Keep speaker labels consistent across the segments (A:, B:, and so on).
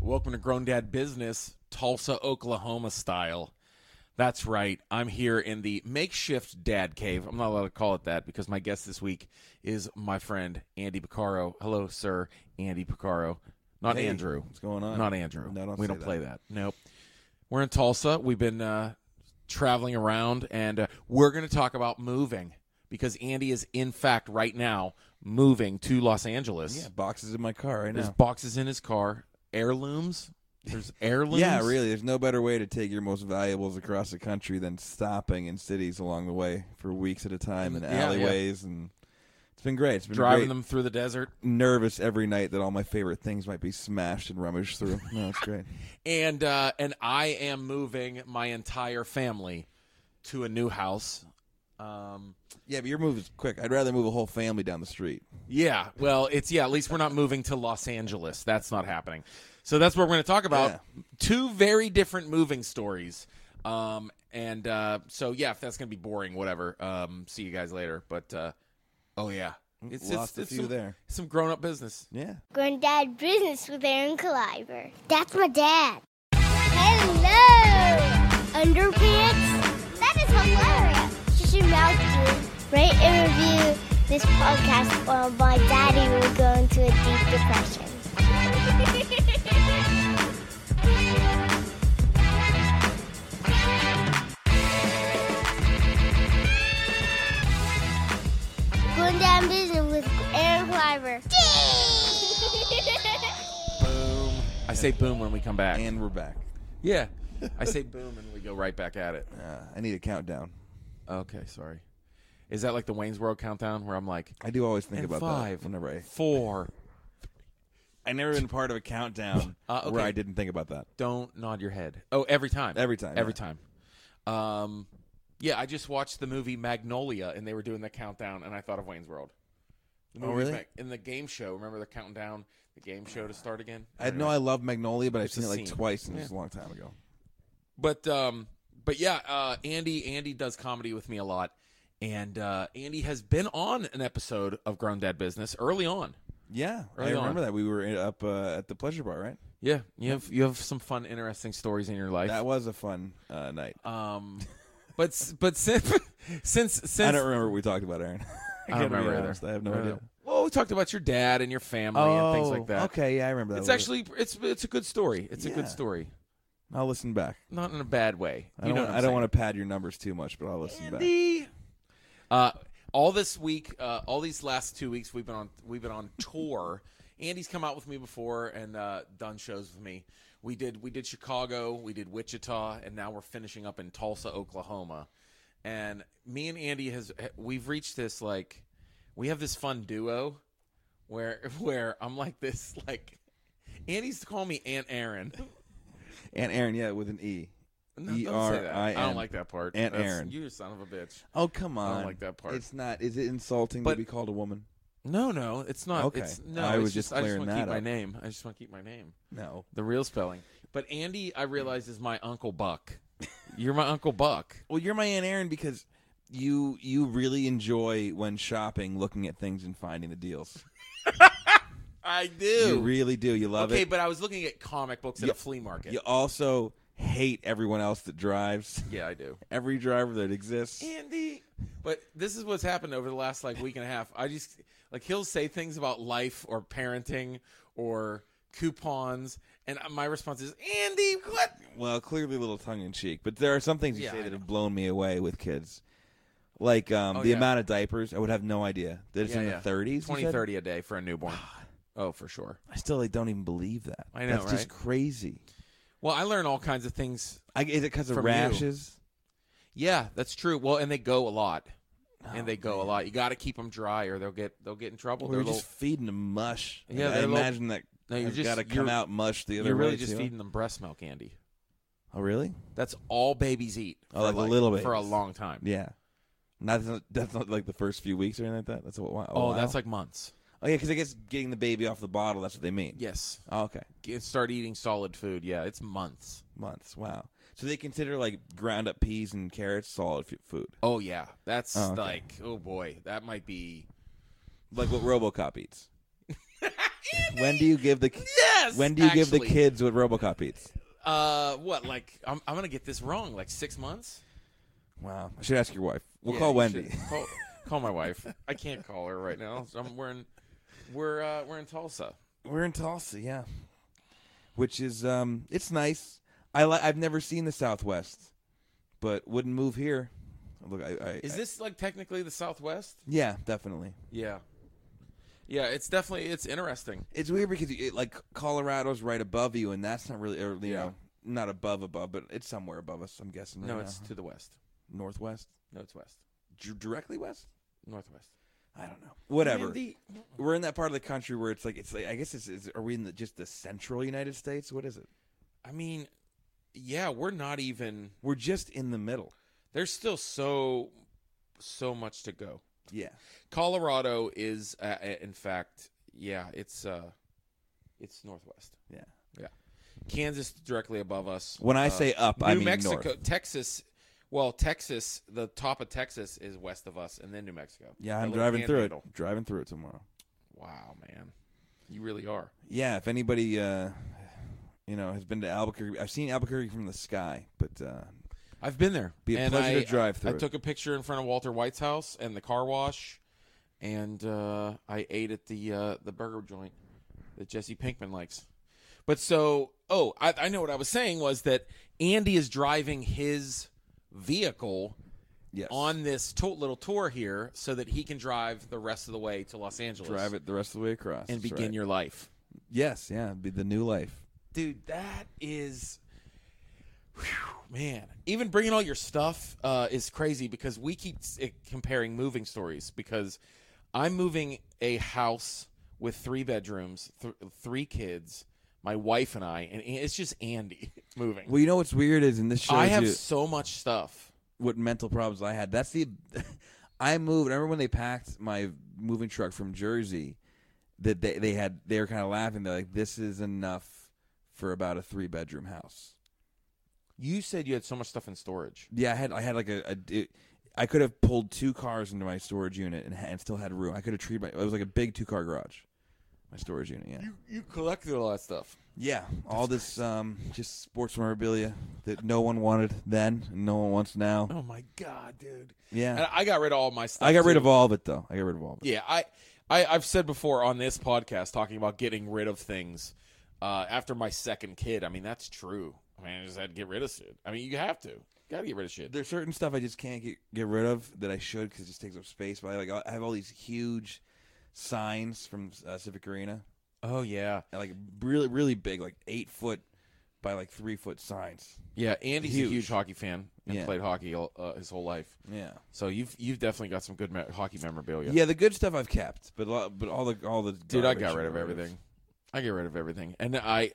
A: Welcome to Grown Dad Business, Tulsa, Oklahoma style. That's right. I'm here in the makeshift dad cave. I'm not allowed to call it that because my guest this week is my friend Andy Picaro. Hello, sir, Andy Picaro. Not
B: Hey,
A: Andrew.
B: what's going on?
A: Not Andrew.
B: No, don't
A: we
B: say
A: don't
B: that.
A: play that. Nope. We're in Tulsa. We've been uh, traveling around, and uh, we're going to talk about moving because Andy is, in fact, right now moving to Los Angeles.
B: Yeah, boxes in my car right
A: There's
B: now.
A: boxes in his car, heirlooms. There's heirlooms.
B: Yeah, really. There's no better way to take your most valuables across the country than stopping in cities along the way for weeks at a time in
A: Yeah, yeah.
B: alleyways, and it's been great. It's been
A: Driving
B: great.
A: them through the desert.
B: nervous every night that all my favorite things might be smashed and rummaged through. No, it's great.
A: and uh, and I am moving my entire family to a new house. Um,
B: yeah, but your move is quick. I'd rather move a whole family down the street.
A: yeah, well, it's yeah. At least we're not moving to Los Angeles. That's not happening. So that's what we're going to talk about. Two very different moving stories. Um, and uh, so yeah, if that's going to be boring, whatever. Um, see you guys later. But uh, oh yeah, it's
B: Lost
A: it's,
B: a
A: it's
B: few
A: some,
B: there.
A: Some grown up business.
B: Yeah.
C: Granddad Business with Aaron Caliber. That's my dad. Hello! Underpants? That is hilarious. You should mouth to rate and review this podcast or my daddy will go into a deep depression. Granddad Business with Aaron Caliber.
A: Boom. I say boom when we come back.
B: And we're back.
A: yeah, I say boom and we go right back at it.
B: Uh, I need a countdown.
A: Okay, sorry. Is that like the Wayne's World countdown where I'm like
B: I do always think
A: and
B: about
A: five,
B: that whenever I.
A: four?
B: I never been part of a countdown
A: Uh, okay.
B: where I didn't think about that.
A: Don't nod your head. Oh, every time.
B: Every time,
A: Every
B: yeah.
A: time. Um, yeah, I just watched the movie Magnolia and they were doing the countdown and I thought of Wayne's World. The
B: Oh,
A: movie
B: really?
A: Mag- in the game show. Remember the counting down the game show to start again?
B: I know I love Magnolia, but I've
A: It's a
B: seen it like
A: scene.
B: twice, and it was a long time ago.
A: But um, but yeah, uh, Andy Andy does comedy with me a lot, and uh, Andy has been on an episode of Grown Dad Business early on.
B: Yeah,
A: Early
B: I
A: on.
B: remember that we were in- up uh, at the pleasure bar, right?
A: Yeah, you have you have some fun, interesting stories in your life.
B: That was a fun uh, night.
A: Um, but s- but since since since
B: I don't remember what we talked about, Aaron. I,
A: don't
B: gotta be
A: remember
B: honest.
A: either.
B: I have no
A: I don't
B: idea. Oh,
A: know. Well, we talked about your dad and your family and things like that.
B: Okay, yeah, I remember that.
A: It's
B: a little
A: actually it's it's a good story. It's a
B: Yeah.
A: good story,
B: bit. I'll listen back.
A: not in a bad way.
B: I
A: you
B: don't,
A: know
B: want, I don't want to pad your numbers too much, but I'll listen back.
A: Andy. Uh, all this week, uh, all these last two weeks, we've been on we've been on tour. Andy's come out with me before and uh, done shows with me. We did we did Chicago, we did Wichita, and now we're finishing up in Tulsa, Oklahoma. And me and Andy has we've reached this like we have this fun duo where where I'm like this like Andy's calling me Aunt Aaron.
B: And Aaron, yeah, with an E.
A: No, don't say that. I don't
B: E-R-I-N.
A: like that part.
B: Aunt
A: That's-
B: Aaron.
A: you son of a bitch.
B: Oh come on!
A: like that part.
B: It's not. Is it insulting
A: But-
B: to be called a woman?
A: No, no, it's not.
B: Okay.
A: It's, no,
B: I
A: it's
B: was just
A: I just
B: clearing
A: want to keep
B: that
A: my
B: up.
A: name. I just want to keep my name,
B: No.
A: the real spelling. But Andy, I realize, is my Uncle Buck. You're my Uncle Buck.
B: Well, you're my aunt Aaron because you you really enjoy when shopping, looking at things and finding the deals.
A: I do.
B: You really do. You love
A: okay,
B: it.
A: but I was looking at comic books at
B: Yeah.
A: a flea market.
B: You also hate everyone else that drives.
A: Yeah, I do.
B: Every driver that exists.
A: Eh. Andy. But this is what's happened over the last like week and a half. I just like he'll say things about life or parenting or coupons, and my response is Andy, what?
B: Well, clearly a little tongue in cheek, but there are some things you
A: Yeah, I
B: say that
A: know.
B: have blown me away with kids. Like um,
A: Oh,
B: the
A: yeah.
B: amount of diapers, I would have no idea that it's
A: Yeah,
B: in
A: yeah.
B: the 30s. you
A: Twenty
B: said?
A: thirty a day for a newborn. Oh, for sure.
B: I still like, don't even believe that.
A: I know,
B: That's just
A: right?
B: crazy.
A: Well, I learn all kinds of things
B: I, is it because of
A: From you.
B: rashes?
A: Yeah, that's true. Well, and they go a lot,
B: Oh,
A: and they go a lot. You got to keep them dry, or they'll get they'll get in trouble.
B: Or
A: They're
B: you're just feeding them mush.
A: Yeah,
B: I
A: they're little-
B: imagine that
A: No, you're
B: has
A: just-
B: got to come
A: you're-
B: out mush the
A: little-
B: other
A: you're
B: way.
A: really just
B: too.
A: feeding them breast milk, Andy.
B: Oh, really?
A: That's all babies eat.
B: Oh,
A: for
B: like the little
A: for a
B: babies.
A: long time.
B: Yeah. Not, that's not- that's not like the first few weeks or anything like that. That's a wh- a while.
A: Oh, that's like months.
B: oh yeah, because I guess getting the baby off the bottle. That's what they mean.
A: Yes,
B: Oh, okay.
A: Get- start eating solid food. Yeah, it's months.
B: Months. Wow. So they consider like ground up peas and carrots solid f- food,
A: Oh yeah, that's
B: Oh, okay.
A: like oh boy, that might be
B: like what RoboCop eats. when do you give the?
A: yeah. Yes.
B: When do you give the
A: actually.
B: kids what RoboCop eats?
A: Uh, what? Like, I'm, I'm gonna get this wrong. Like six months.
B: Wow. I should ask your wife. We'll
A: Yeah,
B: call
A: you should
B: Wendy.
A: Call, call my wife. I can't call her right now. So I'm, we're in, we're uh, we're in Tulsa.
B: We're in Tulsa, yeah. Which is um it's nice. I li- I've never seen the Southwest, but wouldn't move here. Look, I, I
A: Is
B: I-
A: this like technically the Southwest?
B: yeah, definitely.
A: Yeah. Yeah, it's definitely it's interesting.
B: It's weird because it, like Colorado's right above you, and that's not really, or, you
A: Yeah.
B: know, not above above, but it's somewhere above us. I'm guessing.
A: No,
B: right
A: it's
B: now.
A: to the west.
B: northwest,
A: No, it's west.
B: D- directly west.
A: Northwest.
B: I don't know. Whatever.
A: Andy-
B: We're in that part of the country where it's like it's like I guess it's, it's are we in the, just the central United States? What is it?
A: I mean, yeah, we're not even
B: We're just in the middle.
A: there's still so so much to go.
B: Yeah.
A: Colorado is uh, uh, in fact, yeah, it's uh it's northwest.
B: Yeah.
A: Kansas directly above us.
B: When I
A: Uh,
B: say up,
A: New
B: I mean
A: Mexico,
B: north.
A: Texas. Well, Texas, the top of Texas is west of us, and then New Mexico.
B: Yeah,
A: That
B: I'm
A: little
B: driving through it.
A: panhandle.
B: Driving through it tomorrow.
A: Wow, man, you really are.
B: Yeah, if anybody uh you know has been to Albuquerque, I've seen Albuquerque from the sky, but uh
A: I've been there.
B: Be a
A: And
B: pleasure
A: I,
B: to drive
A: I
B: through it.
A: took a picture in front of Walter White's house and the car wash, and uh, I ate at the uh, the burger joint that Jesse Pinkman likes. But so, oh, I, I know what I was saying was that Andy is driving his vehicle
B: yes.
A: on this to- little tour here so that he can drive the rest of the way to Los Angeles
B: drive it the rest of the way across
A: and
B: that's
A: begin
B: right.
A: your life.
B: Yes, yeah, be the new life.
A: dude that is Whew, man even bringing all your stuff uh, is crazy because we keep s- eh, comparing moving stories because i'm moving a house with three bedrooms th- three kids my wife and i and it's just andy moving
B: Well, you know what's weird is in this shows
A: i have
B: you
A: so much stuff
B: what mental problems I had. That's the I moved. Remember when they packed my moving truck from Jersey? That they they had they were kind of laughing. They're like, "This is enough for about a three bedroom house."
A: you said you had so much stuff in storage
B: Yeah, I had I had like a, a it- I could have pulled two cars into my storage unit and, ha- and still had room. I could have treated my it was like a big two car garage, my storage unit. Yeah,
A: you, you collected a lot of stuff
B: yeah. All this um just sports memorabilia that no one wanted then and no one wants now.
A: oh my god dude and
B: Yeah,
A: i got rid of all my stuff
B: I got rid
A: too.
B: of all of it though. I got rid of all of it.
A: Yeah, I, I I've said before on this podcast talking about getting rid of things uh, after my second kid. I mean, that's true. I mean, I just had to get rid of shit. I mean, you have to. Got to get rid of shit.
B: There's certain stuff I just can't get, get rid of that I should because it just takes up space. But I like I have all these huge signs from uh, Civic Arena,
A: Oh yeah,
B: And, like really really big, like eight foot by like three foot signs.
A: yeah. Andy's a
B: Huge.
A: huge hockey fan and
B: Yeah.
A: played hockey all, uh, his whole life.
B: Yeah.
A: So you've you've definitely got some good me- hockey memorabilia.
B: Yeah. the good stuff I've kept, but a lot, but all the all the
A: dude, I
B: garbage
A: got rid
B: and
A: of
B: whatever it is.
A: everything. I get rid of everything, and I,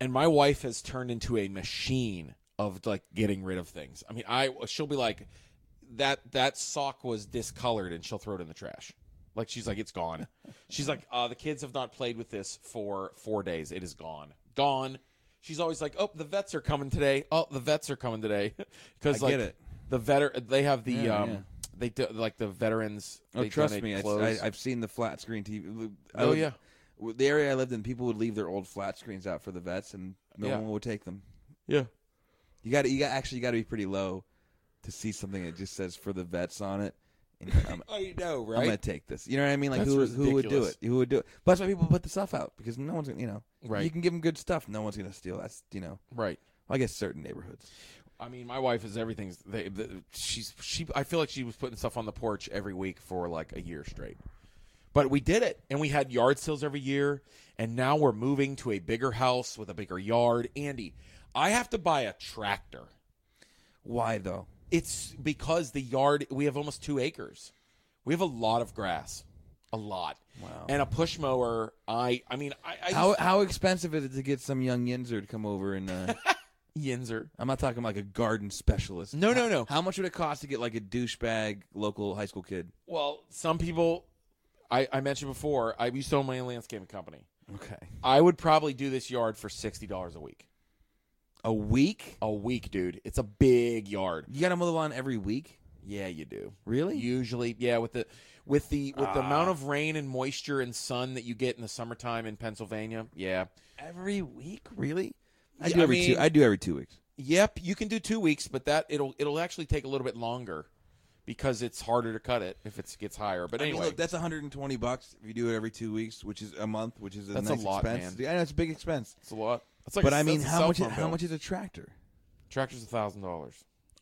A: and my wife has turned into a machine of like getting rid of things. I mean, I she'll be like, that that sock was discolored, and she'll throw it in the trash. Like she's like, it's gone. she's like, uh, the kids have not played with this for four days. It is gone, gone. She's always like, oh, the vets are coming today. Oh, the vets are coming today, because
B: I
A: like
B: get it.
A: the veteran, they have the
B: Yeah,
A: um,
B: yeah.
A: they do, like the veterans.
B: Oh,
A: they
B: trust
A: donate
B: me, I,
A: clothes.
B: I, I've seen the flat screen TV. I
A: Oh,
B: lived-
A: yeah.
B: w- the area I lived in, people would leave their old flat screens out for the vets, and no
A: Yeah.
B: one would take them.
A: yeah.
B: You got to you got actually got to be pretty low to see something that just says for the vets on it. And I'm,
A: I Oh, know,
B: I'm
A: right?
B: gonna take this. You know what I mean? Like
A: That's
B: who who would do
A: ridiculous.
B: it? Who would do it? But that's why people put the stuff out because no one's gonna you know
A: Right.
B: You can give them good stuff. No one's gonna steal. That's you know
A: right.
B: I guess certain neighborhoods.
A: I mean, my wife is everything's. They, the she's she. I feel like she was putting stuff on the porch every week for like a year straight. But we did it, and we had yard sales every year, and now we're moving to a bigger house with a bigger yard. Andy, I have to buy a tractor.
B: Why though?
A: It's because the yard we have almost two acres. We have a lot of grass, a lot,
B: Wow.
A: and a push mower. I I mean, I, I
B: How how expensive is it to get some young yinzer to come over and? Uh,
A: Yinzer.
B: I'm not talking like a garden specialist.
A: No, no,
B: How-
A: no.
B: How much would it cost to get like a douchebag local high school kid?
A: Well, some people, I, I mentioned before, I used to own my own landscaping company.
B: Okay,
A: I would probably do this yard for sixty dollars a week.
B: a week.
A: A week, dude. It's a big yard.
B: You got to mow the lawn every week.
A: Yeah, you do.
B: Really?
A: Usually, yeah. With the with the with the amount of rain and moisture and sun that you get in the summertime in Pennsylvania. Yeah.
B: Every week, really? I
A: Yeah,
B: do
A: I
B: every
A: mean-
B: two. I do every two weeks.
A: Yep, you can do 2 weeks, but that it'll it'll actually take a little bit longer because it's harder to cut it if it gets higher. But
B: I
A: anyway,
B: mean, look, that's 120 bucks if you do it every two weeks, which is a month, which is a
A: That's a
B: nice
A: lot,
B: expense.
A: man.
B: I know it's a big expense,
A: it's a lot. It's like
B: but
A: I
B: I mean, how much? How much is a tractor?
A: Tractor's a $1,000.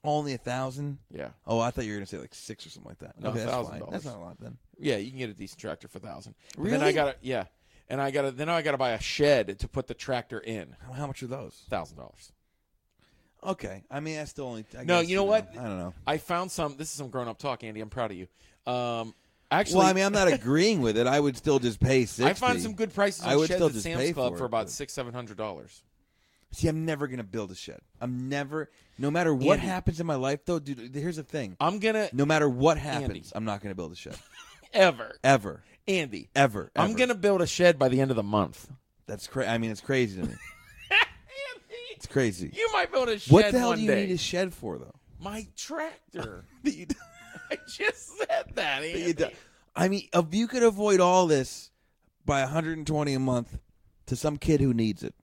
B: Only a thousand.
A: Yeah.
B: Oh, I thought you were gonna say like six or something like that.
A: No,
B: okay, that's fine.
A: $1,000.
B: That's not a lot then.
A: Yeah, you can get a decent tractor for 1000 But Then I
B: Really?
A: got to yeah. And I got to then I got to buy a shed to put the tractor in.
B: How, how much are those?
A: $1,000.
B: Okay, I mean, I still only. I
A: No,
B: guess,
A: you know what?
B: I don't know.
A: I found some this is some grown-up talk, Andy. I'm proud of you. Um actually
B: well, I mean, I'm not agreeing with it. I would still just pay sixty.
A: I find some good prices on
B: I would
A: sheds
B: still
A: at
B: just
A: Sam's
B: pay
A: Club
B: for
A: for,
B: it,
A: about
B: but-
A: six, seven hundred dollars.
B: See, I'm never gonna build a shed. I'm never. No matter what
A: Andy.
B: happens in my life, though, dude. Here's the thing.
A: I'm gonna
B: No matter what
A: Andy.
B: happens, I'm not gonna build a shed
A: ever,
B: ever,
A: Andy.
B: ever.
A: I'm
B: ever.
A: gonna build a shed by the end of the month.
B: That's crazy. I mean, it's crazy to me.
A: Andy,
B: It's crazy.
A: you might build a shed
B: what the hell
A: one
B: do you
A: day.
B: need a shed for, though?
A: My tractor.
B: That you-
A: I just said that.
B: that you
A: Andy.
B: don't- I mean, if you could avoid all this by 120 a month to some kid who needs it,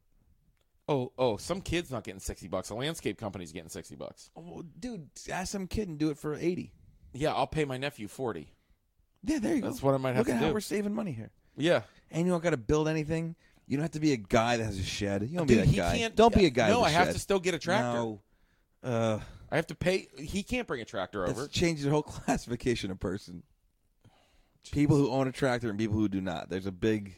A: Oh, oh, some kid's not getting sixty bucks. A landscape company's getting sixty bucks.
B: well, dude, ask some kid and do it for 80.
A: Yeah, I'll pay my nephew forty.
B: Yeah, there you go.
A: That's what I might have
B: Look
A: to
B: at how
A: do.
B: we're saving money here.
A: Yeah,
B: And you don't got to build anything. You don't have to be a guy that has a shed. You don't
A: dude,
B: be that
A: he
B: guy.
A: can't.
B: don't be a guy.
A: No, I
B: with a
A: have
B: shed.
A: to still get a tractor.
B: No. Uh,
A: I have to pay. He can't bring a tractor over.
B: that's changed the whole classification of person. People who own a tractor and people who do not. There's a big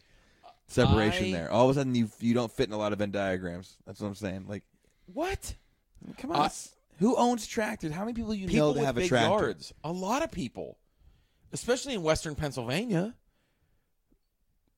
B: separation
A: I-
B: there. All of a sudden, you you don't fit in a lot of Venn diagrams. That's what I'm saying. Like,
A: What?
B: come on,
A: Uh,
B: s- who owns tractors? How many people you
A: people
B: know that
A: with
B: have
A: big
B: a tractor?
A: yards. A lot of people, especially in Western Pennsylvania.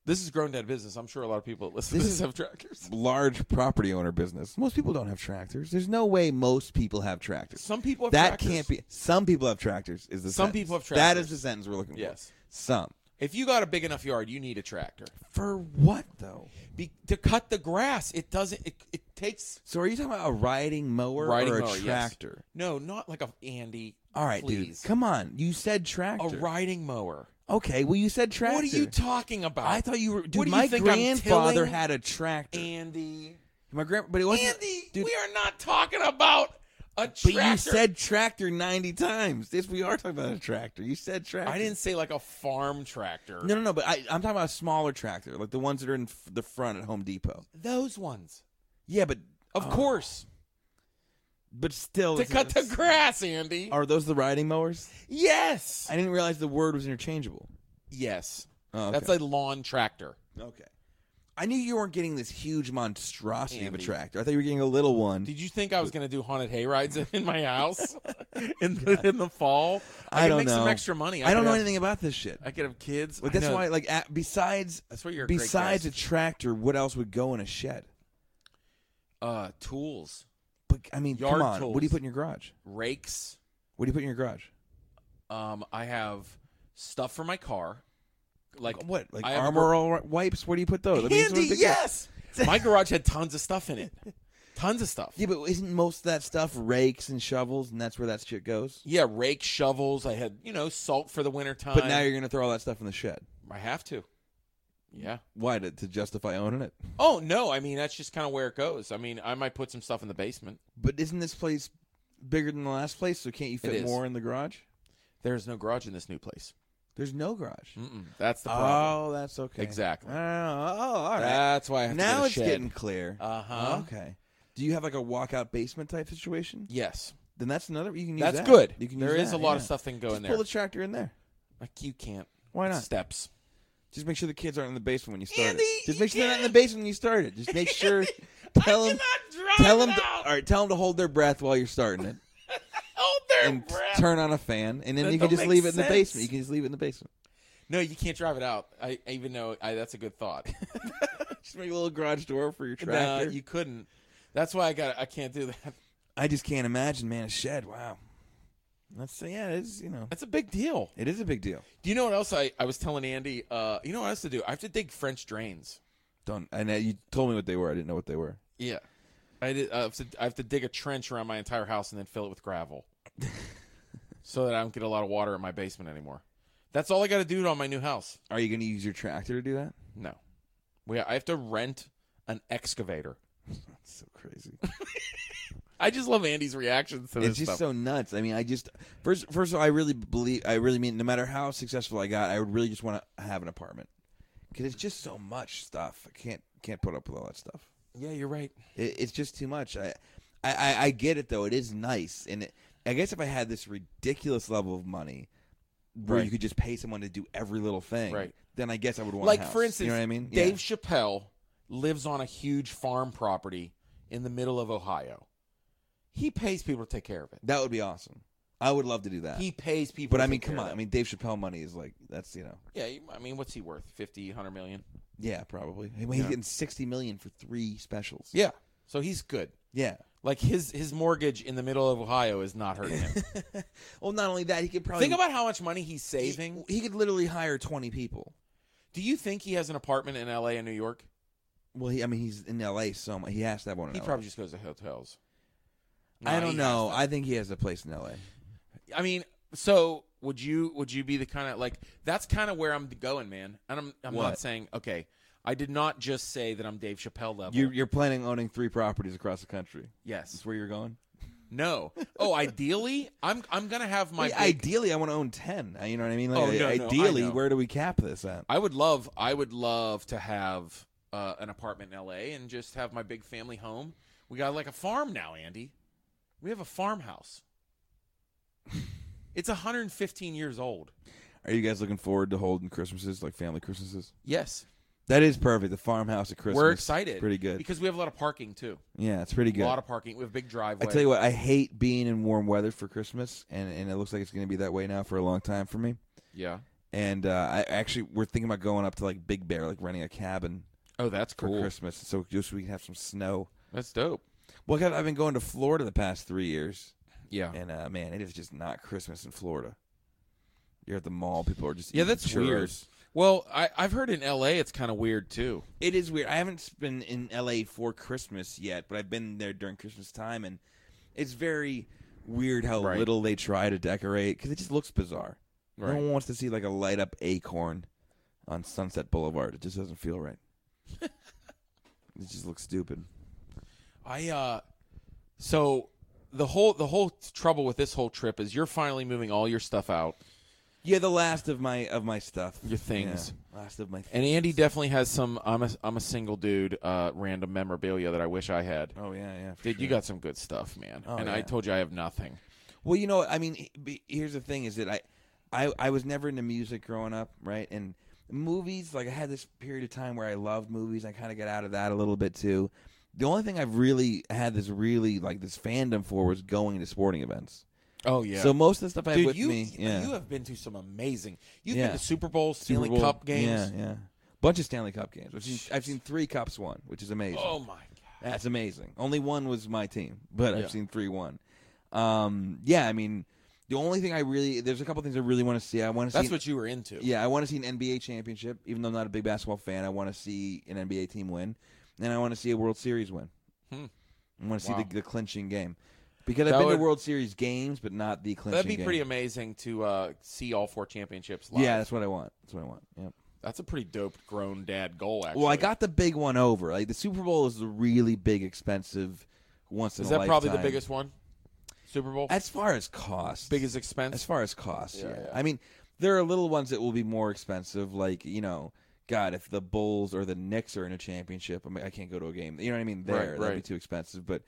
A: This is grown dead business. I'm sure a lot of people that listen
B: This
A: to this
B: is-
A: have tractors.
B: Large property owner business. Most people don't have tractors. There's no way most people have tractors.
A: Some people have
B: that
A: tractors.
B: can't be. Some people have tractors. Is the
A: Some
B: sentence.
A: people have
B: That
A: tractors.
B: is the sentence we're looking
A: Yes.
B: for. Some
A: If you got a big enough yard, you need a tractor
B: for what though?
A: be, to cut the grass. It doesn't. It, it takes
B: So are you talking about a riding mower
A: riding
B: or a
A: mower, yes.
B: tractor?
A: No, not like a Andy.
B: All right,
A: please.
B: dude. Come on. You said tractor.
A: A riding mower.
B: Okay, well you said tractor.
A: What are you talking about?
B: I thought you were. Dude,
A: What do you
B: my
A: think I'm
B: grandfather
A: tilling?
B: had a tractor.
A: Andy.
B: my grand, but it wasn't.
A: Andy,
B: dude,
A: we are not talking about a
B: but
A: tractor.
B: you said tractor ninety times. This we are talking about a tractor. You said tractor.
A: I didn't say like a farm tractor.
B: No, no, no. But I, I'm talking about a smaller tractor, like the ones that are in f- the front at Home Depot.
A: Those ones.
B: Yeah, but
A: Of
B: oh,
A: course.
B: But still,
A: To
B: it's-
A: cut the grass, Andy.
B: Are those the riding mowers?
A: yes.
B: I didn't realize the word was interchangeable.
A: yes.
B: Oh, okay.
A: That's a lawn tractor.
B: okay. I knew you weren't getting this huge monstrosity of a
A: Andy.
B: tractor. I thought you were getting a little one.
A: Did you think I was going to do haunted hay rides in my house in the, in the fall? I, could
B: I don't
A: make some
B: know.
A: extra money.
B: I
A: could
B: don't know
A: have-
B: anything about this shit.
A: I could have kids.
B: But
A: I
B: that's
A: know.
B: why, like, at, besides
A: That's why you're a great
B: besides a
A: guest.
B: tractor, what else would go in a shed?
A: uh, tools,
B: But I mean,
A: Yard
B: come on, what do
A: tools.
B: you put in your garage?
A: rakes.
B: What do you put in your garage?
A: Um, I have stuff for my car, like
B: What, like
A: I have a
B: armor all wipes? Where do you put those? I mean, it's one
A: Andy,
B: big-
A: yes. my garage had tons of stuff in it. Tons of stuff.
B: Yeah, but isn't most of that stuff rakes and shovels, and that's where that shit goes?
A: Yeah, rake shovels. I had, you know, salt for the winter time.
B: But now you're gonna throw all that stuff in the shed.
A: I have to. Yeah.
B: Why to, to justify owning it?
A: Oh no, I mean that's just kind of where it goes. I mean, I might put some stuff in the basement.
B: But isn't this place bigger than the last place? So can't you
A: is.
B: fit more in the garage?
A: There's no garage in this new place.
B: There's no garage.
A: Mm-mm, that's the problem.
B: Oh, that's okay.
A: Exactly.
B: Oh, oh, all right.
A: That's why I have to
B: now
A: get a
B: it's
A: shed.
B: getting clear. Oh,
A: Uh-huh.
B: Okay. Do you have like a walkout basement type situation?
A: Yes,
B: Then that's another you can use.
A: that's
B: that.
A: good.
B: You can
A: There
B: use
A: is a
B: that,
A: lot of
B: yeah.
A: stuff that can go
B: Just
A: in
B: Pull
A: there.
B: the tractor in there.
A: like you can't.
B: Why not?
A: Steps.
B: Just make sure the kids aren't in the basement when you start
A: Andy,
B: it. Just
A: you
B: make sure they're not in the
A: can't-
B: basement when you start it. Just make sure. Tell them.
A: drive
B: Tell them. To, all right. Tell them to hold their breath while you're starting it,
A: Hold their
B: and turn on a fan, and then
A: That
B: you can
A: don't
B: just
A: make
B: leave it in the
A: sense.
B: basement. You can just leave it in the basement.
A: No, you can't drive it out. I even though I, that's a good thought.
B: Just make a little garage door for your
A: Nah,
B: tractor.
A: you couldn't. That's why I got. I can't do that.
B: I just can't imagine, man. A shed. Wow. That's yeah. It's you know.
A: That's a big deal.
B: It is a big deal.
A: Do you know what else I, I was telling Andy? Uh, you know what I have to do? I have to dig French drains.
B: Don't. And uh, you told me what they were. I didn't know what they were.
A: Yeah. I, did, I, have to, I have to dig a trench around my entire house and then fill it with gravel so that I don't get a lot of water in my basement anymore. That's all I got to do on my new house.
B: Are you going to use your tractor to do that?
A: No, we. I have to rent an excavator.
B: That's so crazy.
A: I just love Andy's reactions to this
B: it's just
A: stuff.
B: so nuts. I mean, I just first first of all, I really believe. I really mean, no matter how successful I got, I would really just want to have an apartment because it's just so much stuff. I can't can't put up with all that stuff.
A: yeah, you're right.
B: It, it's just too much. I, I, I, I get it though. It is nice, and it, I guess if I had this ridiculous level of money, where
A: Right.
B: you could just pay someone to do every little thing,
A: Right.
B: Then I guess I would want. a
A: like
B: house.
A: for instance,
B: you know what I mean?
A: Dave Chappelle lives on a huge farm property in the middle of Ohio. He pays people to take care of it.
B: Yeah. that would be awesome. I would love to do that.
A: He pays people.
B: but
A: to
B: I mean,
A: take care
B: come
A: of
B: on.
A: it.
B: I mean, Dave Chappelle money is like that's you know,
A: yeah. you- I mean, what's he worth? 50, 100 million?
B: yeah, probably. I mean, he's
A: Yeah.
B: getting sixty million for three specials.
A: Yeah. So he's good.
B: yeah.
A: Like his his mortgage in the middle of Ohio is not hurting him.
B: Well, not only that, he could probably
A: Think about how much money he's
B: he-
A: saving.
B: He, could literally hire twenty people.
A: Do you think he has an apartment in L.A. and New York?
B: Well, he, I mean, he's in L.A. so much. He has to have one. In
A: He
B: LA.
A: probably just goes to hotels.
B: I
A: No, he
B: don't know.
A: has
B: I think he has a place in L.A.
A: to. I mean, so would you would you be the kind of like that's kind of where I'm going, man? And I'm I'm not
B: What?
A: saying okay. I did not just say that I'm Dave Chappelle level.
B: You're, you're planning on owning three properties across the country.
A: yes.
B: where you're going.
A: No. Oh, ideally, I'm I'm gonna have my. big-
B: ideally, I want to own ten. Uh, You know what I mean?
A: Oh,
B: Like,
A: no, no, I
B: ideally,
A: know.
B: where do we cap this at?
A: I would love I would love to have uh, an apartment in LA and just have my big family home. We got like a farm now, Andy. We have a farmhouse. it's 115 years old.
B: Are you guys looking forward to holding Christmases, like family Christmases?
A: Yes.
B: That is perfect. The farmhouse at Christmas.
A: We're excited.
B: Pretty good.
A: Because we have a lot of parking too.
B: Yeah, it's pretty
A: A lot
B: good.
A: of parking. We have a big
B: I
A: driveway.
B: tell you what, I hate being in warm weather for Christmas, and, and it looks like it's going to be that way now for a long time for me.
A: Yeah.
B: And uh, I actually, we're thinking about going up to like Big Bear, like renting a cabin
A: Oh, that's
B: for
A: cool.
B: Christmas, so just we can have some snow.
A: That's dope.
B: Well, God, I've been going to Florida the past three years,
A: Yeah.
B: and uh, man, it is just not Christmas in Florida. You're at the mall, people are just
A: Yeah,
B: eating
A: that's
B: churros.
A: weird. Well, I, I've heard in LA it's kind of weird too.
B: It is weird. I haven't been in LA for Christmas yet, but I've been there during Christmas time, and it's very weird how
A: Right.
B: little they try to decorate because it just looks bizarre.
A: Right.
B: No one wants to see like a light up acorn on Sunset Boulevard. It just doesn't feel right. it just looks stupid.
A: I uh so the whole the whole trouble with this whole trip is you're finally moving all your stuff out.
B: Yeah, the last of my of my stuff.
A: Your things.
B: Yeah, last of my. Things.
A: And Andy definitely has some I'm a I'm a single dude uh random memorabilia that I wish I had.
B: Oh yeah, yeah. for
A: Dude, you
B: sure.
A: got some good stuff, man.
B: Oh,
A: and I
B: yeah.
A: told you I have nothing.
B: Well, you know, I mean, he- be- here's the thing: is that I, I, I was never into music growing up, right? And movies, like I had this period of time where I loved movies. I kind of got out of that a little bit too. The only thing I've really had this really like this fandom for was going to sporting events.
A: Oh yeah.
B: So most of the stuff I have
A: dude,
B: with
A: you
B: me, yeah,
A: you have been to some amazing. You've
B: Yeah.
A: been to Super Bowl,
B: Super
A: Stanley
B: Bowl-
A: Cup games.
B: yeah, yeah, bunch of Stanley Cup games. I've seen, I've seen three cups won, which is amazing.
A: Oh my god.
B: That's amazing. Only one was my team, but
A: Yeah.
B: I've seen three one. Um, yeah, I mean, the only thing I really there's a couple things I really want to see. I want to see.
A: That's what you were into.
B: yeah, I want to see an NBA championship. Even though I'm not a big basketball fan, I want to see an NBA team win, and I want to see a World Series win.
A: Hmm.
B: I want to see
A: Wow.
B: the, the clinching game because
A: That
B: I've been
A: would-
B: to World Series games, but not the clinching.
A: That'd be
B: game.
A: pretty amazing to uh, see all four championships live.
B: Yeah, that's what I want. That's what I want. Yep.
A: That's a pretty dope grown dad goal, actually.
B: Well, I got the big one over. Like the Super Bowl is the really big, expensive, once in
A: Is
B: a
A: that probably the
B: lifetime-
A: biggest one? Super Bowl?
B: as far as cost.
A: biggest expense?
B: As far as cost,
A: Yeah,
B: yeah,
A: yeah.
B: I mean, there are little ones that will be more expensive, like you know, God, if the Bulls or the Knicks are in a championship, I, mean, I can't go to a game. You know what I mean? There,
A: Right,
B: that'd be
A: right.
B: too expensive. But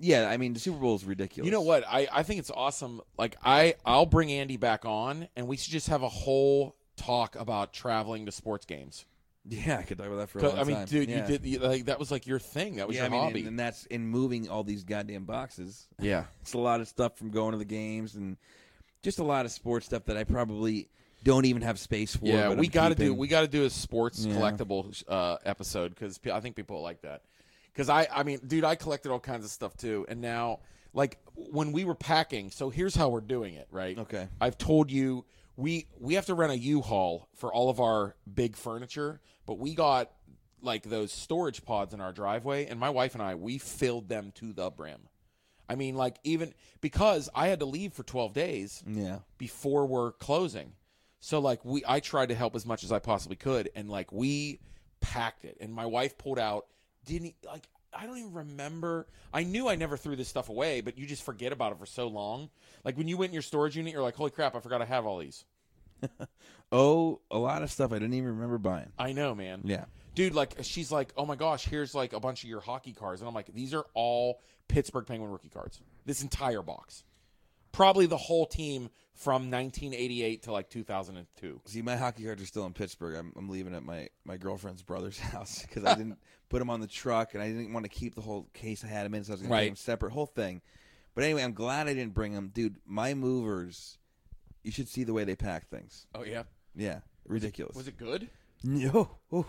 B: yeah, I mean, the Super Bowl is ridiculous.
A: You know what? I, I think it's awesome. Like I I'll bring Andy back on, and we should just have a whole talk about traveling to sports games.
B: Yeah, I could talk about that for a
A: 'Cause,
B: long
A: I mean,
B: time.
A: dude,
B: yeah.
A: you did you, like that was like your thing. That was
B: yeah,
A: your
B: I mean,
A: hobby.
B: and, and that's in moving all these goddamn boxes.
A: yeah,
B: It's a lot of stuff from going to the games and just a lot of sports stuff that I probably don't even have space for.
A: yeah.
B: but
A: We
B: I'm
A: got to do
B: keeping.
A: we got to do a sports
B: Yeah.
A: collectible uh, episode because I think people will like that. Because I I mean, dude, I collected all kinds of stuff too, and now like when we were packing. So here's how we're doing it, right?
B: Okay.
A: I've told you we we have to rent a U-Haul for all of our big furniture, but we got like those storage pods in our driveway and my wife and I we filled them to the brim. I mean like even because I had to leave for 12 days
B: Yeah.
A: before we're closing. So like we I tried to help as much as I possibly could and like we packed it and my wife pulled out didn't e, like I don't even remember. I knew I never threw this stuff away, but you just forget about it for so long. Like when you went in your storage unit, you're like, "Holy crap, I forgot I have all these."
B: Oh, a lot of stuff I didn't even remember buying.
A: I know, man.
B: Yeah.
A: Dude, like she's like, "Oh my gosh, here's like a bunch of your hockey cards." And I'm like, "These are all Pittsburgh Penguin rookie cards. This entire box. Probably the whole team from 1988 to like 2002."
B: See, my hockey cards are still in Pittsburgh. I'm, I'm leaving at my, my girlfriend's brother's house because I didn't put them on the truck and I didn't want to keep the whole case I had them in, so I was going to
A: Right.
B: them separate, whole thing. But anyway, I'm glad I didn't bring them. Dude, my movers, you should see the way they pack things.
A: Oh yeah.
B: Yeah, ridiculous.
A: Was it good?
B: Mm, No. Oof.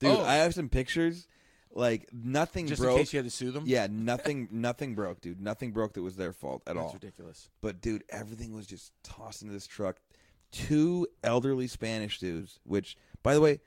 B: Dude,
A: Oh.
B: I have some pictures. Like, nothing
A: Just
B: broke.
A: in case you had to sue them?
B: yeah, nothing nothing broke, dude. Nothing broke that was their fault at
A: That's
B: all.
A: ridiculous.
B: But dude, everything was just tossed into this truck. Two elderly Spanish dudes, which, by the way,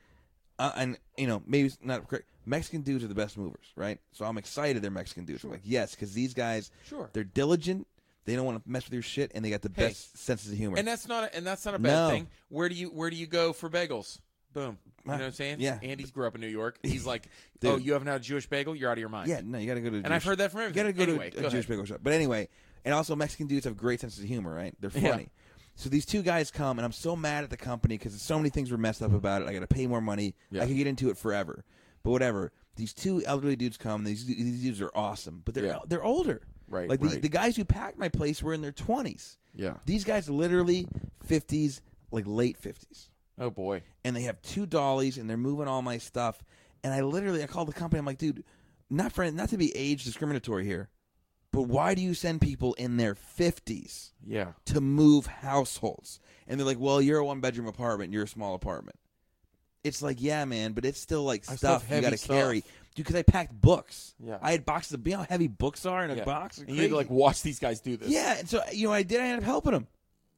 B: uh, and you know maybe it's not correct. Mexican dudes are the best movers, right? So I'm excited they're Mexican dudes. I'm like, yes, because these guys,
A: Sure.
B: they're diligent. They don't want to mess with your shit, and they got the
A: Hey.
B: best senses of humor.
A: And that's not a, and that's not a bad
B: No.
A: thing. Where do you where do you go for bagels? Boom. You know what I'm saying?
B: Yeah.
A: Andy's grew up in New York. He's like,
B: Dude.
A: "Oh, you haven't had a Jewish bagel? You're out of your mind."
B: yeah, no, you got to go to.
A: And I've heard that from
B: You got to
A: everything.
B: go
A: anyway,
B: to a
A: go
B: Jewish
A: ahead.
B: bagel shop. But anyway, and also Mexican dudes have great senses of humor, right? They're
A: Yeah.
B: funny. So these two guys come, and I'm so mad at the company because so many things were messed up about it. I got to pay more money.
A: Yeah.
B: I could get into it forever, but whatever. These two elderly dudes come. These these dudes are awesome, but they're
A: Yeah.
B: they're older.
A: Right,
B: Like the,
A: right.
B: the guys who packed my place were in their 20s.
A: Yeah.
B: These guys literally 50s, like late 50s
A: Oh boy.
B: and they have two dollies and they're moving all my stuff. And I literally I called the company. I'm like, dude, not for not to be age discriminatory here, but why do you send people in their fifties
A: Yeah.
B: to move households? And they're like, well, you're a one bedroom apartment, you're a small apartment. It's like, yeah, man, but it's still like
A: I still
B: stuff
A: have
B: you
A: heavy
B: got to
A: stuff.
B: carry, dude. Because I packed books.
A: Yeah.
B: I had boxes of you know how heavy books are in a
A: Yeah.
B: box.
A: And you had to like
B: Crazy.
A: watch these guys do this.
B: yeah. And so you know, what I did. I ended up helping them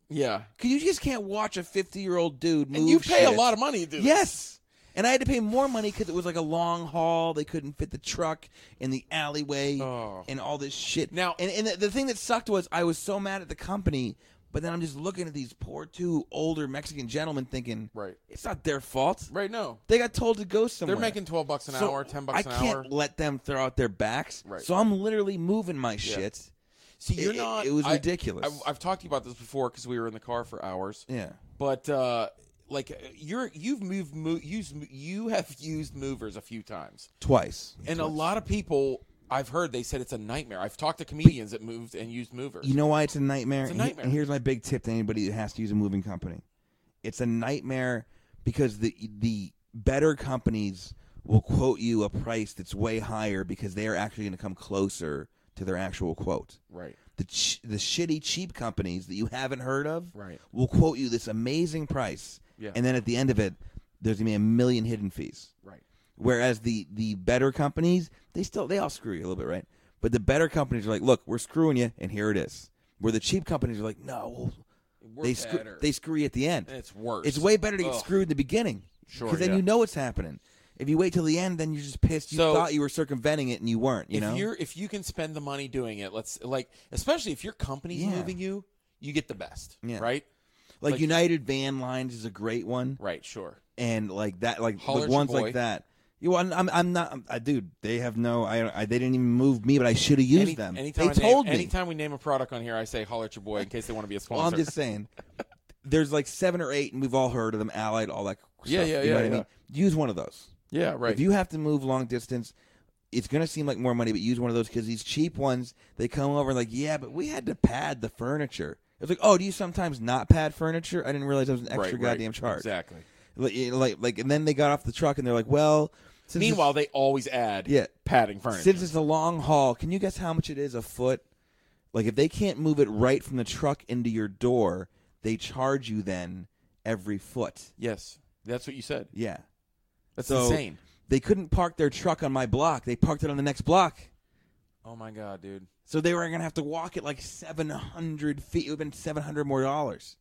A: Yeah.
B: because you just can't watch a fifty year old dude move.
A: And you pay a
B: shit.
A: lot of money to do this.
B: Yes. And I had to pay more money because it was like a long haul. They couldn't fit the truck in the alleyway
A: Oh.
B: and all this shit.
A: Now-
B: and, and the, the thing that sucked was I was so mad at the company, but then I'm just looking at these poor two older Mexican gentlemen, thinking,
A: Right.
B: it's not their fault.
A: Right. No.
B: They got told to go somewhere.
A: They're making twelve bucks an
B: So
A: hour, ten bucks
B: I
A: an
B: can't
A: hour.
B: let them throw out their backs.
A: Right.
B: So I'm literally moving my shit.
A: See, you're
B: It-
A: not.
B: it was
A: I-
B: ridiculous.
A: I've, I've talked to you about this before because we were in the car for hours.
B: Yeah.
A: But uh, like you're you've moved mo- used you have used movers a few times,
B: Twice.
A: and a lot of people I've heard they said it's a nightmare. I've talked to comedians that moved and used movers.
B: You know why it's a nightmare?
A: a
B: And he-
A: nightmare.
B: And here's my big tip to anybody that has to use a moving company. It's a nightmare because the the better companies will quote you a price that's way higher because they are actually going to come closer to their actual quote.
A: right?
B: The ch- the shitty cheap companies that you haven't heard of
A: Right.
B: will quote you this amazing price,
A: Yeah.
B: and then at the end of it, there's gonna be a million hidden fees.
A: Right.
B: Whereas the the better companies, they still they all screw you a little bit, right? But the better companies are like, look, we're screwing you, and here it is. Where the cheap companies are like, no,
A: We're
B: they screw,
A: better.
B: they screw you at the end.
A: And it's worse.
B: It's way better to get
A: Ugh.
B: screwed in the beginning,
A: Sure,
B: because then
A: yeah.
B: you know what's happening. If you wait till the end, then you're just pissed. You
A: So-
B: thought you were circumventing it, and you weren't. You
A: if
B: know,
A: you're if you can spend the money doing it, let's like especially if your company's
B: Yeah.
A: moving you, you get the best.
B: Yeah.
A: Right.
B: like,
A: like-
B: United Van Lines is a great one,
A: Right. Sure.
B: and like that, like,
A: Holler
B: like
A: at your
B: ones
A: boy.
B: like that. You, I'm, I'm- I'm not, I'm, I, dude. They have no, I, I, they didn't even move me, but I should have used
A: Any-
B: them.
A: Anytime
B: they
A: I name-
B: told me.
A: Anytime we name a product on here, I say holler at your boy in case they want to be a
B: Well,
A: sponsor.
B: I'm just saying, there's like seven or eight, and we've all heard of them. Allied, all that.
A: Yeah,
B: stuff,
A: yeah,
B: you
A: yeah,
B: know what I
A: yeah.
B: mean? Use one of those.
A: yeah. Right.
B: If you have to move long distance, it's gonna seem like more money, but use one of those because these cheap ones, they come over and like, yeah, but we had to pad the furniture. It's like, oh, do you sometimes not pad furniture? I didn't realize that was an
A: Right,
B: extra
A: right.
B: goddamn charge.
A: Exactly.
B: Like, you know, like, like, and then they got off the truck and they're like, well. Since it's-
A: Meanwhile, they always add
B: Yeah.
A: padding furniture.
B: since it's a long haul, can you guess how much it is a foot? Like if they can't move it right from the truck into your door, they charge you then every foot.
A: yes, that's what you said.
B: Yeah.
A: That's
B: So-
A: insane.
B: They couldn't park their truck on my block. They parked it on the next block.
A: Oh my god, dude,
B: So they were going to have to walk it like 700 feet. It would have been 700 more dollars.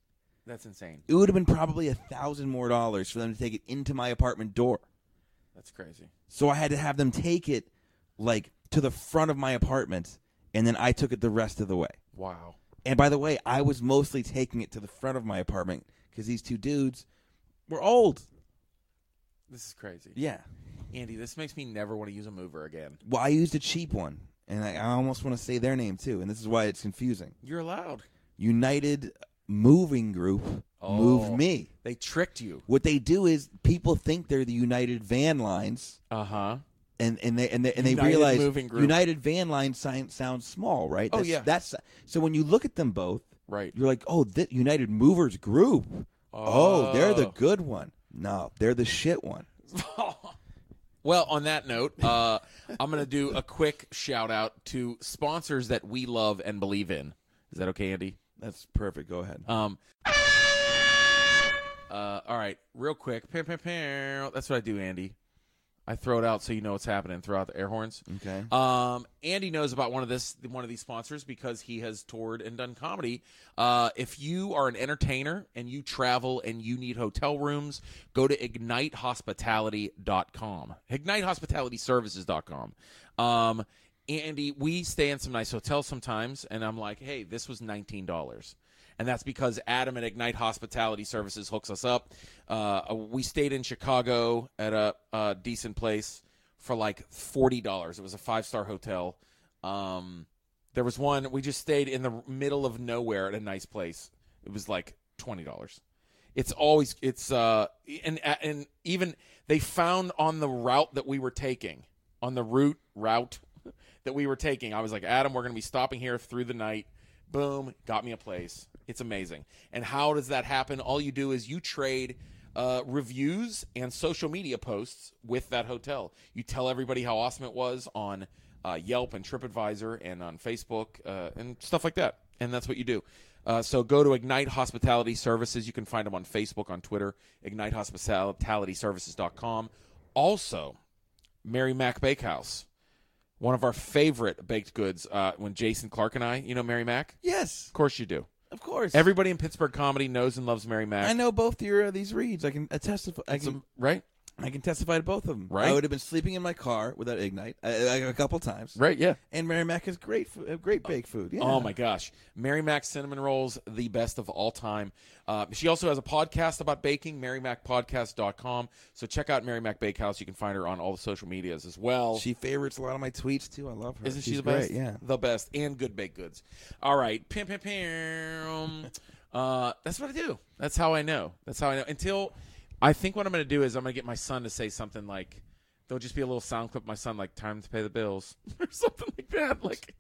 A: that's insane.
B: It would have been probably a thousand more dollars for them to take it into my apartment door.
A: That's crazy.
B: So I had to have them take it like to the front of my apartment and then I took it the rest of the way.
A: Wow.
B: And by the way, I was mostly taking it to the front of my apartment because these two dudes were old.
A: This is crazy.
B: Yeah.
A: Andy, this makes me never want to use a mover again.
B: Well, I used a cheap one, and I, I almost want to say their name too, and this is why it's confusing.
A: You're allowed.
B: United Moving Group moved
A: Oh.
B: me.
A: They tricked you.
B: What they do is people think they're the United Van Lines,
A: Uh huh.
B: and and they and they, and they
A: United
B: realize
A: Moving Group.
B: United Van Lines sign, sounds small, right?
A: Oh,
B: that's,
A: yeah.
B: That's so when you look at them both,
A: Right.
B: you're like, oh, the United Movers Group. Oh, they're the good one. No, they're the shit one.
A: Well, on that note, uh, I'm going to do a quick shout out to sponsors that we love and believe in. Is that okay, Andy?
B: That's perfect. Go ahead.
A: Um, uh, all right, real quick. Pew, pew, pew. That's what I do, Andy. I throw it out so you know what's happening. Throw out the air horns.
B: Okay.
A: Um, Andy knows about one of this one of these sponsors because he has toured and done comedy. Uh, if you are an entertainer and you travel and you need hotel rooms, go to ignitehospitality.com. Ignitehospitalityservices.com. Um, Andy, we stay in some nice hotels sometimes, and I'm like, hey, this was nineteen dollars. And that's because Adam at Ignite Hospitality Services hooks us up. Uh, we stayed in Chicago at a, a decent place for like forty dollars. It was a five star hotel. Um, there was one we just stayed in the middle of nowhere at a nice place. It was like twenty dollars. It's always it's uh and and even they found on the route that we were taking on the route route that we were taking. I was like Adam, we're gonna be stopping here through the night. Boom, got me a place. It's amazing. And how does that happen? All you do is you trade uh, reviews and social media posts with that hotel. You tell everybody how awesome it was on uh, Yelp and TripAdvisor and on Facebook uh, and stuff like that. And that's what you do. Uh, so go to Ignite Hospitality Services. You can find them on Facebook, on Twitter, ignitehospitalityservices.com. Also, Mary Mac Bakehouse, one of our favorite baked goods. Uh, when Jason Clark and I, you know Mary Mac?
B: yes,
A: Of course you do.
B: of course.
A: Everybody in Pittsburgh comedy knows and loves Mary Mac.
B: I know both your uh, these reads. I can attest. I can
A: Some- right?
B: I can testify to both of them.
A: Right.
B: I would have been sleeping in my car without ignite I, I, a couple times.
A: Right, yeah.
B: And Mary Mac is great, fo- uh, great baked food. Yeah.
A: Oh my gosh, Mary Mac cinnamon rolls, the best of all time. Uh, she also has a podcast about baking, MaryMacPodcast.com. So check out Mary Mac Bakehouse. You can find her on all the social medias as well.
B: She favorites a lot of my tweets too. I love her.
A: Isn't
B: She's
A: she the
B: great.
A: best?
B: Yeah.
A: the best and good baked goods. All right, pim pim pim. Uh, that's what I do. That's how I know. That's how I know. Until I think what I'm going to do is I'm going to get my son to say something like, "There'll just be a little sound clip." of My son like, "Time to pay the bills" or something like that. Like,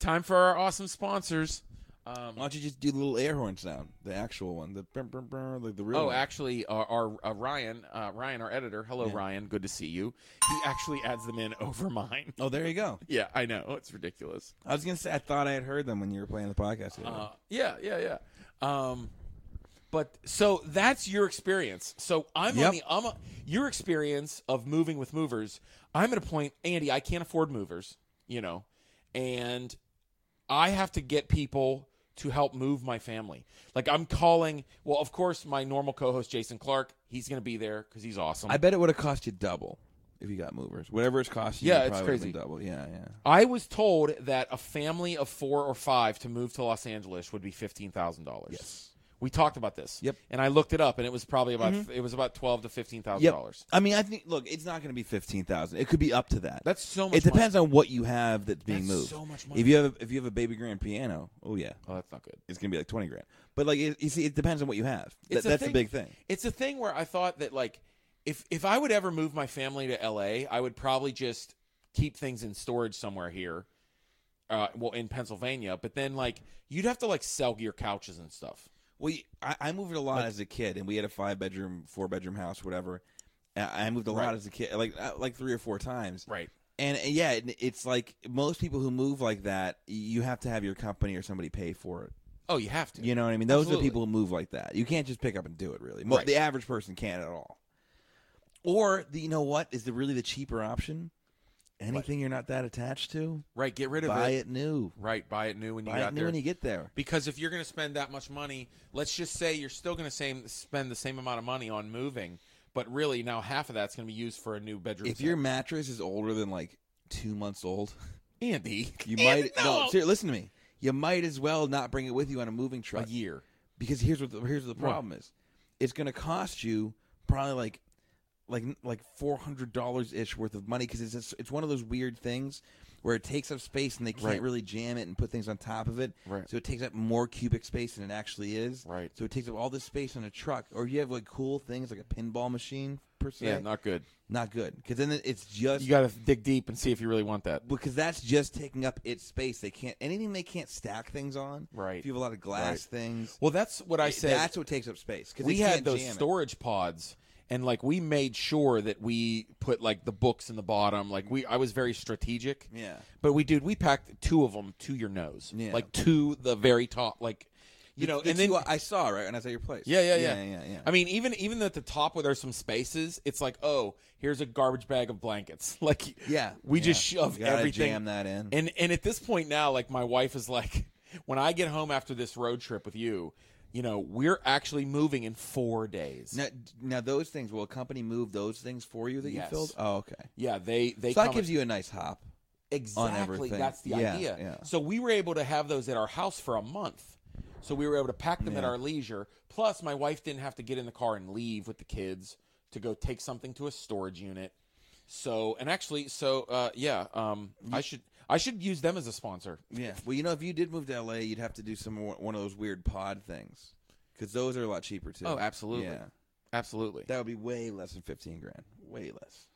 A: time for our awesome sponsors. Um,
B: Why don't you just do the little air horn sound, the actual one, the brum, brum, brum, like the real.
A: Oh,
B: one.
A: actually, our, our uh, Ryan, uh, Ryan, our editor. Hello, Ryan. Good to see you. He actually adds them in over mine.
B: Oh, there you go.
A: Yeah, I know it's ridiculous.
B: I was gonna say I thought I had heard them when you were playing the podcast. the other
A: Uh,
B: day.
A: yeah, yeah, yeah. Um, but so that's your experience. So I'm
B: Yep.
A: on the I'm a, your experience of moving with movers. I'm at a point, Andy. I can't afford movers, you know, and I have to get people to help move my family. Like I'm calling. Well, of course, my normal co-host Jason Clark. He's going to be there because he's awesome.
B: I bet it would have cost you double if you got movers. Whatever it's cost you,
A: Yeah,
B: it
A: it's
B: probably would've
A: crazy.
B: been Double. Yeah, yeah.
A: I was told that a family of four or five to move to Los Angeles would be fifteen thousand dollars. Yes, we talked about this.
B: Yep. Mm-hmm.
A: And I looked it up, and it was probably about it was about twelve to fifteen thousand dollars.
B: I mean, I think look, it's not going to be fifteen thousand. It could be up to that.
A: That's so much.
B: it depends on what you have that's being
A: That's
B: moved.
A: so much money.
B: If you have a, if you have a baby grand piano, oh yeah,
A: Money. Oh, that's not good.
B: it's gonna be like twenty grand. But like it, you see, it depends on what you have. Th-
A: It's a
B: that's
A: thing-
B: the big thing.
A: It's a thing where I thought that like if if I would ever move my family to LA, I would probably just keep things in storage somewhere here. Uh, well, in Pennsylvania, but then like you'd have to like sell your couches and stuff.
B: Well, you- I, I moved a lot as a kid, and we had a five bedroom, four bedroom house, whatever. And I moved a lot
A: Right.
B: as a kid, like uh, like three or four times.
A: Right.
B: And, and yeah, it- it's like most people who move like that, y- you have to have your company or somebody pay for it.
A: Oh, you have to.
B: You know what I mean? Those are
A: Absolutely.
B: the people who move like that. You can't just pick up and do it. Really, Mo-
A: Right.
B: the average person can't at all. Or the, you know what is the really the cheaper option? Anything you're not that attached to,
A: Right. Get rid of
B: buy it new.
A: Right. Buy it new when you
B: Buy
A: got
B: it new
A: there.
B: when you get there.
A: Because if you're going to spend that much money, let's just say you're still going to same, spend the same amount of money on moving, but really now half of that's going to be used for a new bedroom.
B: If your mattress is older than like two months old,
A: Andy,
B: you
A: And
B: might
A: no!
B: no. ser- listen to me. You might as well not bring it with you on a moving
A: a
B: truck
A: year,
B: because here's what the, here's what the
A: Right.
B: problem is. It's going to cost you probably like like like four hundred dollars ish worth of money because it's just, it's one of those weird things where it takes up space and they can't
A: Right.
B: really jam it and put things on top of it.
A: Right.
B: So it takes up more cubic space than it actually is.
A: Right.
B: So it takes up all this space on a truck. Or you have like cool things like a pinball machine per se.
A: Yeah, not good.
B: not good because then it's just
A: You got to dig deep and see if you really want that.
B: because that's just taking up its space. They can't anything they can't stack things on.
A: Right.
B: If you have a lot of glass things,
A: Well, that's what I
B: it-
A: said.
B: that's what takes up space. Because
A: we had those storage pods and like we made sure that we put like the books in the bottom like we i was very strategic
B: Yeah.
A: but we dude we packed two of them to your nose
B: Yeah.
A: like to the very top like you know and then
B: I saw right, and I saw your place.
A: yeah, yeah, yeah,
B: yeah, yeah. yeah.
A: I mean, even even at the top where there's some spaces, it's like, oh, here's a garbage bag of blankets. Like,
B: Yeah,
A: we just
B: yeah.
A: shove
B: You gotta
A: everything.
B: jam that in.
A: And and at this point now, like my wife is like, when I get home after this road trip with you, you know, we're actually moving in four days.
B: now, now those things will a company move those things for you that
A: Yes.
B: you filled? Oh, okay.
A: Yeah, they they
B: so that
A: come-
B: gives you a nice hop.
A: exactly
B: everything.
A: that's the
B: Yeah,
A: idea.
B: yeah.
A: So we were able to have those at our house for a month. So we were able to pack them at
B: Yeah.
A: our leisure. Plus, my wife didn't have to get in the car and leave with the kids to go take something to a storage unit. So and actually, so uh, yeah, um, I should I should use them as a sponsor.
B: Yeah. Well, you know, if you did move to LA, you'd have to do some more, one of those weird pod things because those are a lot cheaper too.
A: Oh, absolutely,
B: Yeah.
A: absolutely.
B: That would be way less than fifteen grand. Way less.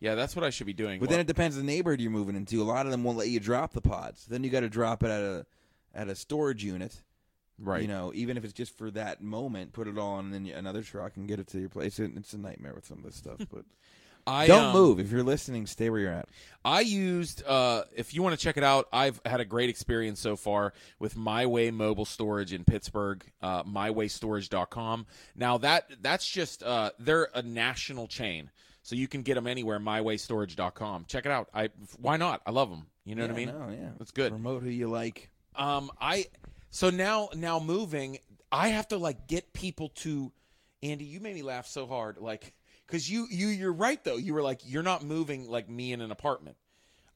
A: yeah, that's what I should be doing.
B: But then it depends on the neighborhood you're moving into. A lot of them won't let you drop the pods. Then you got to drop it at a at a storage unit.
A: right?
B: You know, even if it's just for that moment, put it all in another truck and get it to your place. It, it's a nightmare with some of this stuff. But
A: I,
B: don't
A: um,
B: move if you're listening. Stay where you're at.
A: I used, uh, if you want to check it out, I've had a great experience so far with My Way Mobile Storage in Pittsburgh, uh, mywaystorage.com. Now, that that's just, uh, they're a national chain. So you can get them anywhere, mywaystorage.com. Check it out. I Why not? I love them. You know what I mean?
B: No, yeah,
A: That's good.
B: Promote who you like.
A: Um, I so now now moving, I have to like get people to. Andy, you made me laugh so hard, like because you you you're right though. You were like you're not moving like me in an apartment.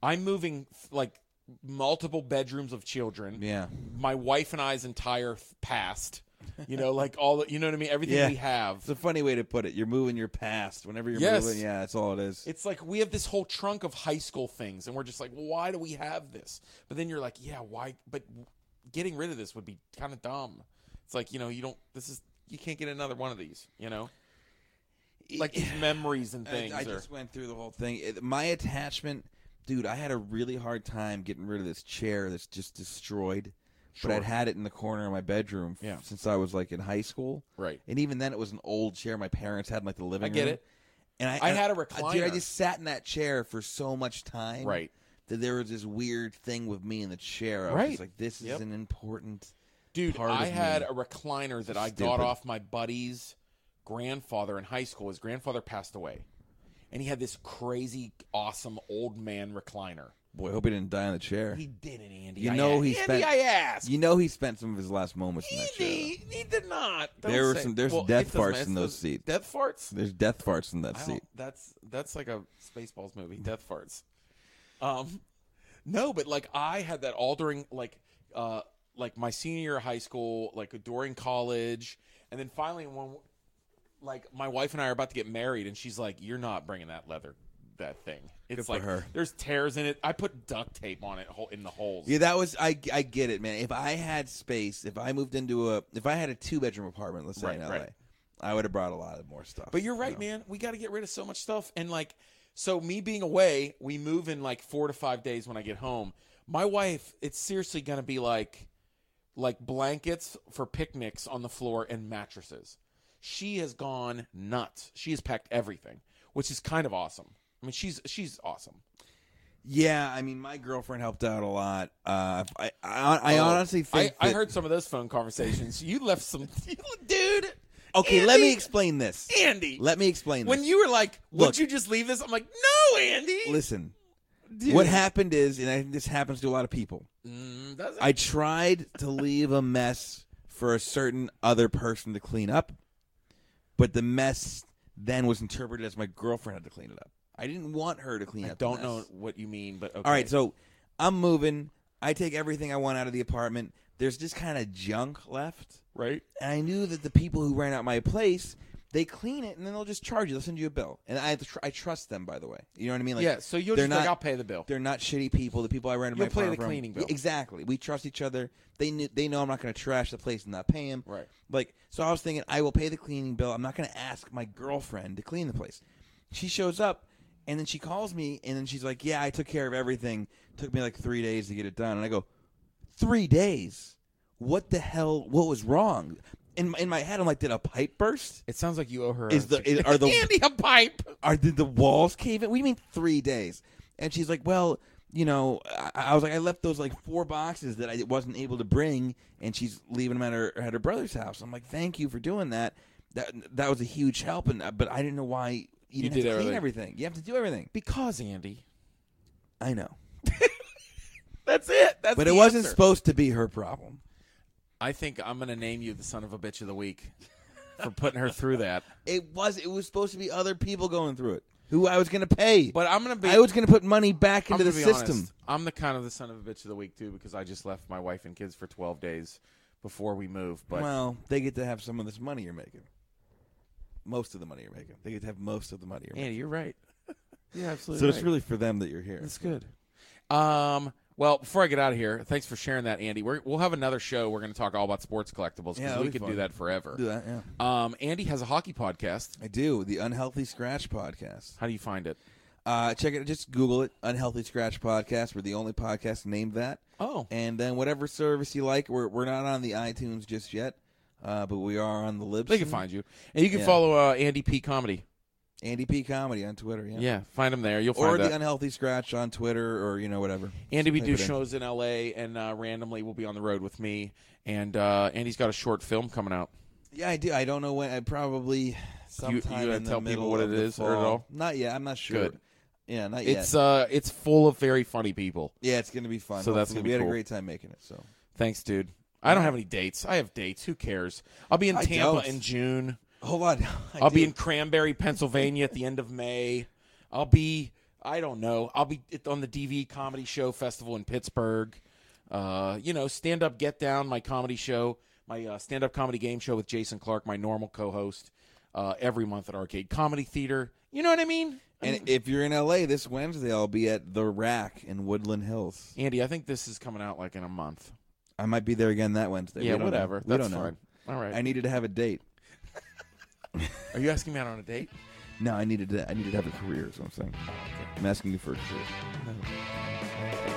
A: I'm moving like multiple bedrooms of children.
B: Yeah.
A: My wife and I's entire th- past. You know, like all the- you know what I mean. Everything
B: Yeah.
A: we have.
B: It's a funny way to put it. You're moving your past. Whenever you're
A: Yes.
B: moving, yeah, that's all it is.
A: It's like we have this whole trunk of high school things, and we're just like, why do we have this? But then you're like, yeah, why? But getting rid of this would be kind of dumb. It's like you know, you don't. This is you can't get another one of these. You know, like these memories and
B: I-
A: things.
B: I,
A: or,
B: just went through the whole thing. It- my attachment, dude, I had a really hard time getting rid of this chair that's just destroyed. But I'd
A: Sure.
B: had it in the corner of my bedroom f-
A: Yeah.
B: since I was like in high school.
A: Right.
B: And even then, it was an old chair my parents had in like the living room.
A: get it.
B: And I,
A: I had a
B: Dude, I
A: recliner.
B: just sat in that chair for so much time.
A: Right.
B: That there was this weird thing with me in the chair. I was
A: Right.
B: just like, this
A: Yep.
B: is an important.
A: Dude,
B: part
A: I
B: of
A: had
B: me.
A: a recliner that I got
B: Stupid.
A: off my buddy's grandfather in high school. His grandfather passed away, and he had this crazy, awesome old man recliner.
B: Boy, I hope he didn't die on the chair.
A: He didn't, Andy.
B: You
A: I
B: know
A: a-
B: he
A: Andy,
B: spent-
A: I asked.
B: you know, he spent some of his last moments in
A: He,
B: that chair. though.
A: did- he did not. Don't
B: There were
A: say-
B: some- there's some
A: it
B: death
A: doesn't
B: farts
A: matter.
B: in those
A: It's
B: seats.
A: Death farts.
B: There's death farts in that
A: I
B: seat.
A: don't, that's that's like a Spaceballs movie. Death farts. Um, no, but like I had that all during like uh like my senior year of high school, like during college, and then finally when like my wife and I are about to get married, and she's like, "You're not bringing that leather." That thing. It's
B: for
A: like
B: her.
A: there's tears in it. I put duct tape on it hole- in the holes.
B: Yeah, that was I. I get it, man. If I had space, if I moved into a, if I had a two bedroom apartment, let's say in
A: Right,
B: LA,
A: right.
B: I would have brought a lot of more stuff.
A: But you're right, man. We got to get rid of so much stuff. And like, so me being away, we move in like four to five days when I get home. My wife, it's seriously going to be like, like blankets for picnics on the floor and mattresses. She has gone nuts. She has packed everything, which is kind of awesome. I mean, she's she's awesome.
B: Yeah, I mean, my girlfriend helped out a lot. Uh, I, I, I honestly think
A: Oh, I, I
B: that-
A: heard some of those phone conversations. You left some, dude.
B: Okay, let me
A: Andy-
B: explain this.
A: Andy.
B: Let me explain
A: when
B: this.
A: you were like, "Would
B: Look.
A: you just leave this?" I'm like, "No, Andy."
B: Listen,
A: Dude.
B: what happened is, and I think this happens to a lot of people.
A: Mm, does it?
B: I tried to leave a mess for a certain other person to clean up, but the mess then was interpreted as my girlfriend had to clean it up. I didn't want her to clean
A: I
B: up. the
A: don't
B: mess.
A: know what you mean, but okay.
B: All right, so I'm moving. I take everything I want out of the apartment. There's just kind of junk left.
A: right?
B: And I knew that the people who ran out my place, they clean it and then they'll just charge you. They'll send you a bill. And I have to tr- I trust them, by the way. You know what I mean? Like,
A: yeah, so you're
B: they're
A: just
B: not,
A: like, I'll pay the bill.
B: They're not shitty people. The people I rented
A: You'll
B: my
A: pay
B: apartment
A: the
B: from-
A: cleaning
B: Yeah,
A: bill.
B: exactly. We trust each other. They knew, they know I'm not going to trash the place and not pay them.
A: Right.
B: Like, so I was thinking, I will pay the cleaning bill. I'm not going to ask my girlfriend to clean the place. She shows up, and then she calls me, and then she's like, "Yeah, I took care of everything. Took me like three days to get it done." And I go, three days. What the hell? What was wrong?" In in my head, I'm like, "Did a pipe burst?
A: It sounds like you owe her.
B: Is the is, are the
A: Andy a pipe?
B: are did the walls cave in? What do you mean three days? And she's like, well, you know, I, I was like, I left those like four boxes that I wasn't able to bring, and she's leaving them at her at her brother's house. I'm like, thank you for doing that. That that was a huge help, and but I didn't know why you,
A: You
B: didn't
A: did
B: have to clean
A: everything.
B: everything. You have to do everything.
A: Because Andy.
B: I know,
A: That's it. That's
B: but
A: the
B: it wasn't
A: answer.
B: supposed to be her problem.
A: I think I'm gonna name you the son of a bitch of the week for putting her through that.
B: It was. It was supposed to be other people going through it who I was going to pay.
A: But I'm gonna be.
B: I was going to put money back
A: I'm
B: into the
A: gonna be
B: system.
A: honest. I'm the kind of the son of a bitch of the week too because I just left my wife and kids for 12 days before we moved. But
B: well, they get to have some of this money you're making. Most of the money you're making. They get to have most of the money you're making.
A: Andy, you're right. You're absolutely.
B: So
A: right.
B: it's really for them that you're here.
A: That's good. Um, well, before I get out of here, thanks for sharing that, Andy. We're, we'll have another show. We're going to talk all about sports collectibles because
B: Yeah, that'll
A: we
B: be
A: could do
B: fun.
A: that forever.
B: Do that, yeah.
A: Um, Andy has a hockey podcast.
B: I do. The Unhealthy Scratch Podcast.
A: How do you find it?
B: Uh, check it. Just Google it. Unhealthy Scratch Podcast. We're the only podcast named that.
A: Oh,
B: And then whatever service you like. We're, we're not on the iTunes just yet, uh, but we are on the Libsyn.
A: they can find you, and you can
B: Yeah.
A: follow uh, Andy P Comedy.
B: Andy P Comedy on Twitter.
A: Yeah.
B: Yeah.
A: find him there. You'll
B: Or
A: find
B: the
A: that.
B: Unhealthy Scratch on Twitter or, you know, whatever.
A: Andy, we
B: Type
A: do
B: it in.
A: shows in L.A. and uh, randomly will be on the road with me. And uh, Andy's got a short film coming out.
B: Yeah, I do. I don't know when. I probably sometime
A: you gonna
B: in the
A: tell people
B: middle
A: what
B: of
A: it
B: the
A: is or at
B: fall.
A: all?
B: Not yet. I'm not sure.
A: Good.
B: Yeah, not
A: It's
B: yet.
A: uh, it's full of very funny people.
B: Yeah, it's gonna be fun.
A: so that's gonna
B: Hopefully. we
A: be
B: had
A: cool.
B: a great time making it. So
A: Thanks, dude. I don't have any dates. I have dates. Who cares? I'll be in
B: I
A: Tampa
B: don't.
A: in June.
B: hold on. I
A: I'll be
B: do-
A: in Cranberry, Pennsylvania at the end of May. I'll be I don't know. I'll be at- on the DV Comedy Show Festival in Pittsburgh. Uh, you know, stand up, get down. My comedy show, my uh, stand up comedy game show with Jason Clark, my normal co-host, uh, every month at Arcade Comedy Theater. You know what I mean? I mean,
B: And if you're in LA this Wednesday, I'll be at the Rack in Woodland Hills.
A: Andy, I think this is coming out like in a month.
B: I might be there again that Wednesday.
A: yeah,
B: we don't know.
A: whatever.
B: We
A: That's
B: don't know.
A: fine. All right.
B: I needed to have a date.
A: Are you asking me out on a date?
B: No, I needed to. I needed to have a career. Is what I'm saying. I'm asking you for a career.